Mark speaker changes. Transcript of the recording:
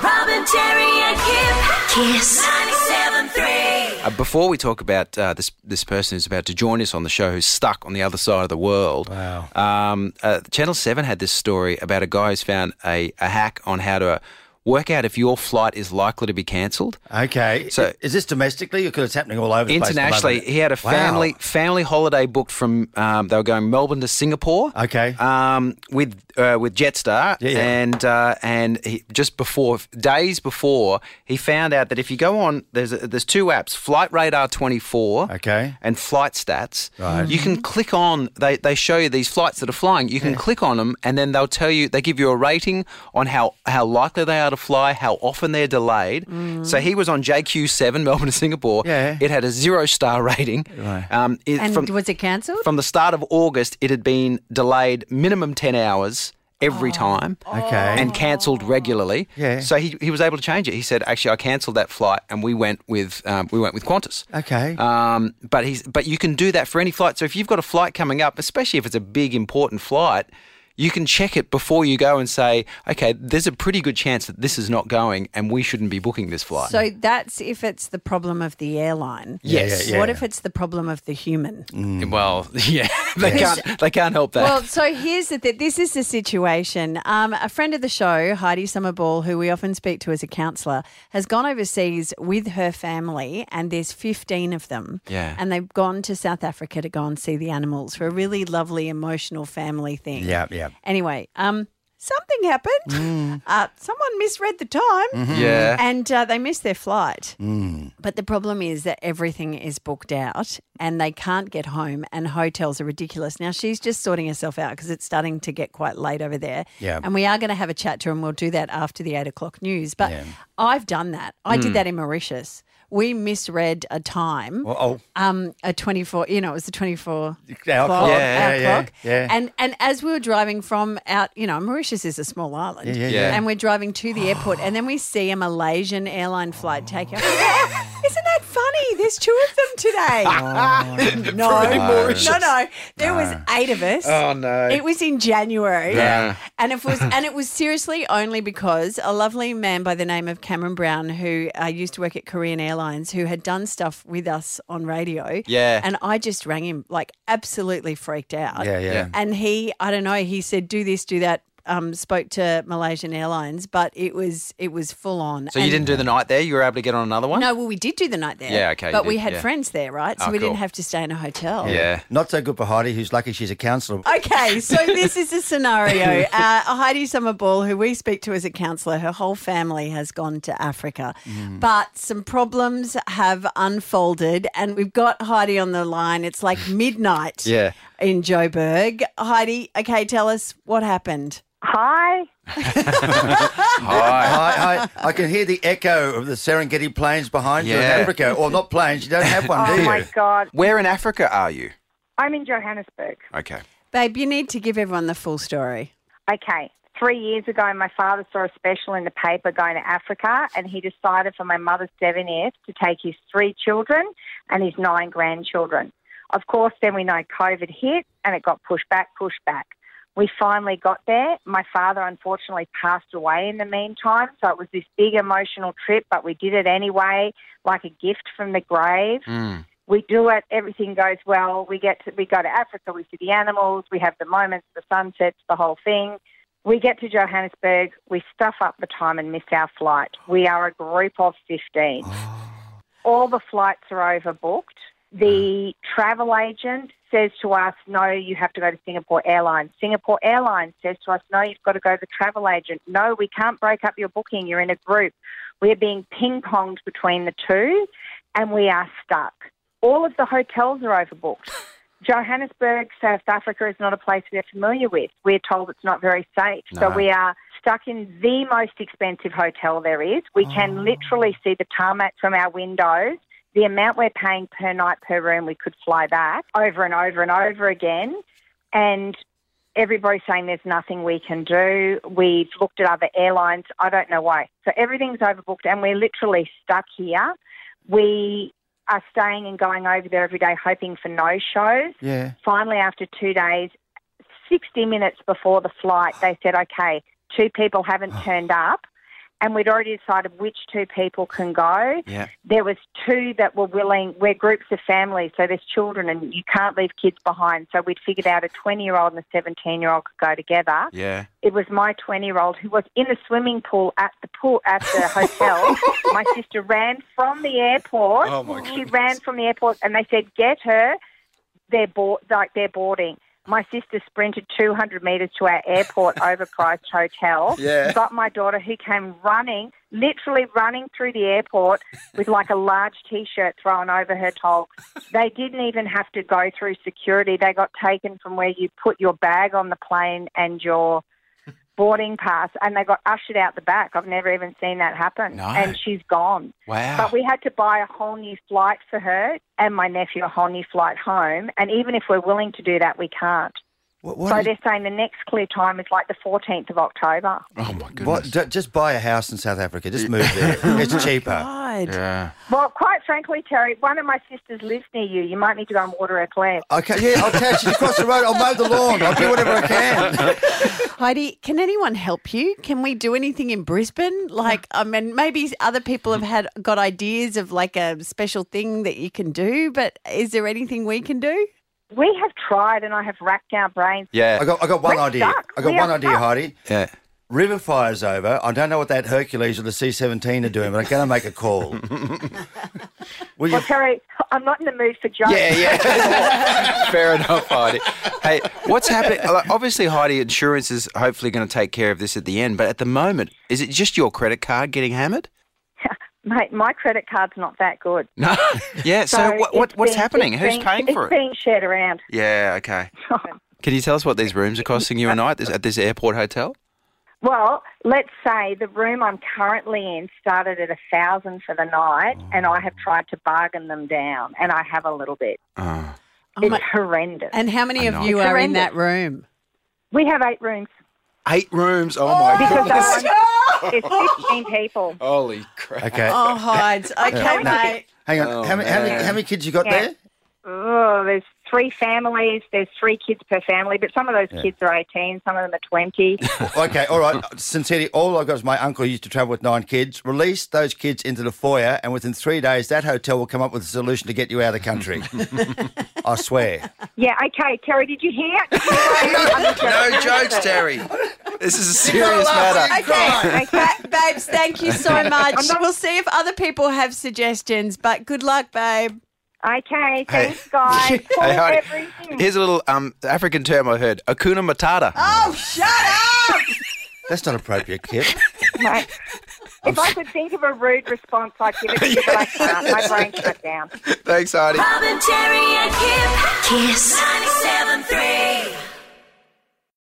Speaker 1: on Jerry and Kip. Kiss. 97.3.
Speaker 2: Uh, before we talk about uh, this this person who's about to join us on the show, who's stuck on the other side of the world,
Speaker 3: Wow.
Speaker 2: um, uh, Channel Seven had this story about a guy who's found a, a hack on how to uh, work out if your flight is likely to be cancelled.
Speaker 3: Okay.
Speaker 2: So-
Speaker 3: So is this domestically because it's happening all over the place at the
Speaker 2: Internationally,
Speaker 3: moment?
Speaker 2: he had a
Speaker 3: Wow.
Speaker 2: family family holiday booked from. Um, they were going Melbourne to Singapore.
Speaker 3: Okay.
Speaker 2: Um, with uh, with Jetstar,
Speaker 3: Yeah, yeah.
Speaker 2: and uh, and he, just before days before, he found out that if you go on, there's a, there's two apps, Flight Radar 24.
Speaker 3: Okay.
Speaker 2: And flight stats. Right. You can click on. They, they show you these flights that are flying. You can click on them, and then they'll tell you. They give you a rating on how how likely they are to fly, how often they're delayed. So he was on JQ7 Melbourne to Singapore.
Speaker 3: Yeah.
Speaker 2: It had a zero star rating. Right. Um, it-
Speaker 4: And
Speaker 2: from,
Speaker 4: was it cancelled?
Speaker 2: from the start of August, it had been delayed minimum 10 hours every
Speaker 4: Oh.
Speaker 2: time.
Speaker 3: Okay.
Speaker 2: And cancelled regularly.
Speaker 3: Yeah.
Speaker 2: So he, he was able to change it. He said, actually, I cancelled that flight and we went with um, we went with Qantas.
Speaker 3: Okay.
Speaker 2: Um, but he's but you can do that for any flight. So if you've got a flight coming up, especially if it's a big important flight, you can check it before you go and say, okay, there's a pretty good chance that this is not going and we shouldn't be booking this flight.
Speaker 4: So that's if it's the problem of the airline.
Speaker 2: yes.
Speaker 3: Yeah. Mm.
Speaker 4: What if it's the problem of the human?
Speaker 2: Well, yeah, they can't they can't help that.
Speaker 4: Well, so here's the thing. This is the situation. Um, a friend of the show, Heidi Summerball, who we often speak to as a counsellor, has gone overseas with her family, and there's 15 of them.
Speaker 2: Yeah.
Speaker 4: And they've gone to South Africa to go and see the animals for a really lovely, emotional family thing.
Speaker 3: Yeah, Mm. yeah.
Speaker 4: Anyway, um, something happened. Uh, someone misread the time.
Speaker 3: Mm-hmm.
Speaker 2: Yeah.
Speaker 4: And uh, they missed their flight.
Speaker 3: Mm.
Speaker 4: But the problem is that everything is booked out and they can't get home, and hotels are ridiculous. Now, she's just sorting herself out because it's starting to get quite late over there.
Speaker 3: Yeah.
Speaker 4: And we are going to have a chat to her, and we'll do that after the eight o'clock news. But I've done that. I did that in Mauritius. We misread a
Speaker 3: Mm.
Speaker 4: time.
Speaker 3: Well, oh,
Speaker 4: Um, a twenty-four. You know, it was the twenty-four
Speaker 3: Our
Speaker 4: clock,
Speaker 3: clock.
Speaker 4: our
Speaker 3: Yeah, yeah, yeah,
Speaker 4: clock.
Speaker 3: yeah.
Speaker 4: And and as we were driving from out, you know, Mauritius is a small island.
Speaker 3: yeah,
Speaker 2: yeah.
Speaker 4: And we're driving to the airport, and then we see a Malaysian airline flight take off. Isn't that funny? There's two of them today.
Speaker 3: Oh,
Speaker 4: no, no, no. There was eight of us.
Speaker 2: Oh, no.
Speaker 4: It was in January.
Speaker 2: Yeah.
Speaker 4: And it was and it was seriously only because a lovely man by the name of Cameron Brown, who uh, used to work at Korean Airlines, who had done stuff with us on radio.
Speaker 2: Yeah.
Speaker 4: And I just rang him like absolutely freaked out.
Speaker 3: yeah, yeah.
Speaker 2: Yeah.
Speaker 4: And he, I don't know, he said do this, do that. Um, spoke to Malaysian Airlines, but it was it was full on.
Speaker 2: so you
Speaker 4: And-
Speaker 2: didn't do the night there. You were able to get on another one.
Speaker 4: No, well, we did do the night there.
Speaker 2: Yeah, okay, you
Speaker 4: But we
Speaker 2: did,
Speaker 4: had
Speaker 2: yeah.
Speaker 4: friends there, right? So
Speaker 2: Oh,
Speaker 4: we didn't
Speaker 2: cool.
Speaker 4: have to stay in a hotel.
Speaker 2: Yeah.
Speaker 3: Not so good for Heidi, who's lucky she's a counsellor.
Speaker 4: Okay, so this is a scenario. Uh, Heidi Summerball, who we speak to as a counsellor, her whole family has gone to Africa, but some problems have unfolded, and we've got Heidi on the line. It's like midnight
Speaker 2: Yeah.
Speaker 4: in Joburg. Heidi, okay, tell us what happened.
Speaker 5: Hi.
Speaker 2: Hi.
Speaker 3: I, I, I can hear the echo of the Serengeti plains behind you in
Speaker 2: Yeah.
Speaker 3: Africa. Or not plains, you don't have one,
Speaker 5: Oh
Speaker 3: do you?
Speaker 5: my God.
Speaker 2: Where in Africa are you?
Speaker 5: I'm in Johannesburg.
Speaker 2: Okay.
Speaker 4: Babe, you need to give everyone the full story.
Speaker 5: Okay. Three years ago, my father saw a special in the paper going to Africa, and he decided for my mother's 70th to take his three children and his nine grandchildren. Of course, then we know COVID hit and it got pushed back, pushed back. We finally got there. My father unfortunately passed away in the meantime, so it was this big emotional trip, but we did it anyway, like a gift from the grave. we do it, everything goes well. We get to, we go to Africa, we see the animals, we have the moments, the sunsets, the whole thing. We get to Johannesburg, we stuff up the time and miss our flight. We are a group of 15. All the flights are overbooked. The travel agent says to us, No, you have to go to Singapore Airlines. Singapore Airlines says to us, No, you've got to go to the travel agent. No, we can't break up your booking. You're in a group. We're being ping ponged between the two and we are stuck. All of the hotels are overbooked. Johannesburg, South Africa is not a place we're familiar with. We're told it's not very safe. So we are stuck in the most expensive hotel there is. We can literally see the tarmac from our windows. The amount we're paying per night per room, we could fly back over and over and over again. And everybody's saying there's nothing we can do. We've looked at other airlines. I don't know why. So everything's overbooked and we're literally stuck here. We are staying and going over there every day, hoping for no shows.
Speaker 3: Yeah.
Speaker 5: Finally, after two days, 60 minutes before the flight, they said, okay, two people haven't turned up. and we'd already decided which two people can go.
Speaker 2: Yeah.
Speaker 5: There was two that were willing. We're groups of families, so there's children, and you can't leave kids behind. So we'd figured out a 20 year old and a 17 year old could go together.
Speaker 2: Yeah.
Speaker 5: It was my 20 year old who was in a swimming pool at the pool at the hotel. my sister ran from the airport.
Speaker 3: Oh, my
Speaker 5: she ran from the airport, and they said, "Get her." They're board like they're boarding. My sister sprinted 200 metres to our airport overpriced hotel.
Speaker 3: Yeah.
Speaker 5: Got my daughter who came running, literally running through the airport with like a large t shirt thrown over her top. They didn't even have to go through security. They got taken from where you put your bag on the plane and your boarding pass, and they got ushered out the back. I've never even seen that happen.
Speaker 2: No.
Speaker 5: And she's gone.
Speaker 2: Wow.
Speaker 5: But we had to buy a whole new flight for her and my nephew a whole new flight home. And even if we're willing to do that, we can't.
Speaker 3: What,
Speaker 5: so
Speaker 3: what,
Speaker 5: they're saying the next clear time is like the 14th of October.
Speaker 2: oh my goodness.
Speaker 3: what, ju- just buy a house in South Africa. Just move there. it's cheaper.
Speaker 4: God.
Speaker 2: Yeah.
Speaker 5: Well, quite frankly, Terry, one of my sisters lives near you. You might need to go and water her plants.
Speaker 3: Okay, yeah, I'll catch you across the road. I'll mow the lawn. I'll do whatever I can.
Speaker 4: Heidi, can anyone help you? Can we do anything in Brisbane? Like, I mean, maybe other people have had got ideas of like a special thing that you can do, but is there anything we can do?
Speaker 5: We have tried and I have racked our brains.
Speaker 2: Yeah.
Speaker 3: I got, I got one
Speaker 5: We're
Speaker 3: idea.
Speaker 5: stuck.
Speaker 3: I got
Speaker 5: We
Speaker 3: one
Speaker 5: are
Speaker 3: idea,
Speaker 5: stuck.
Speaker 3: Heidi.
Speaker 2: yeah.
Speaker 3: River fire's over. I don't know what that Hercules or the C-17 are doing, but I'm going to make a call. Will you
Speaker 5: Well, Terry, I'm not in the mood for jokes.
Speaker 2: Yeah, yeah. Fair enough, Heidi. Hey, what's happening? like, Obviously, Heidi, insurance is hopefully going to take care of this at the end, but at the moment, is it just your credit card getting hammered?
Speaker 5: Mate, my credit card's not that good.
Speaker 2: No. Yeah. So, what,
Speaker 5: it's
Speaker 2: what what's
Speaker 5: being-
Speaker 2: happening?
Speaker 5: it's
Speaker 2: Who's
Speaker 5: being-
Speaker 2: paying for
Speaker 5: It's
Speaker 2: it?
Speaker 5: being shared around.
Speaker 2: Yeah. Okay. Can you tell us what these rooms are costing you a night this, at this airport hotel?
Speaker 5: Well, let's say the room I'm currently in started at a thousand for the night,
Speaker 2: Oh.
Speaker 5: and I have tried to bargain them down, and I have a little bit.
Speaker 2: Oh.
Speaker 5: it's
Speaker 4: my-
Speaker 5: horrendous.
Speaker 4: And how many of
Speaker 2: know.
Speaker 4: you are in
Speaker 5: Horrendous.
Speaker 4: that room?
Speaker 5: we have eight rooms
Speaker 2: Eight rooms. Oh my
Speaker 5: because
Speaker 2: goodness.
Speaker 5: I'm- it's fifteen people.
Speaker 2: Holy crap.
Speaker 3: Okay.
Speaker 4: Oh, Hides. Okay,
Speaker 5: no.
Speaker 4: mate.
Speaker 3: Hang on.
Speaker 2: Oh,
Speaker 3: how, many, how, many,
Speaker 2: man.
Speaker 3: how many kids you got
Speaker 5: Yeah.
Speaker 3: there?
Speaker 5: Oh, there's three families. There's three kids per family, but some of those kids are eighteen, some of them are twenty.
Speaker 3: Okay, all right. Sincerely, all I got is my uncle who used to travel with nine kids. Release those kids into the foyer, and within three days, that hotel will come up with a solution to get you out of the country. I swear.
Speaker 5: yeah, okay, Terry, did you hear? I'm just-
Speaker 2: No jokes, Terry. This is a serious matter.
Speaker 4: Okay, ba- babes, thank you so much.
Speaker 5: I'm not-
Speaker 4: We'll see if other people have suggestions, but good luck, babe.
Speaker 5: Okay, thanks, guys. Call
Speaker 2: Hey, Heidi,
Speaker 5: everything.
Speaker 2: here's a little um, African term I heard: akuna matata.
Speaker 4: Oh, shut up!
Speaker 3: That's not appropriate, Kip.
Speaker 5: Right. If I could think of a rude response, I'd give it to you, but I can't. My brain shut down.
Speaker 2: Thanks, Heidi.
Speaker 1: Bob and Terry and Kip. Kiss 97.3.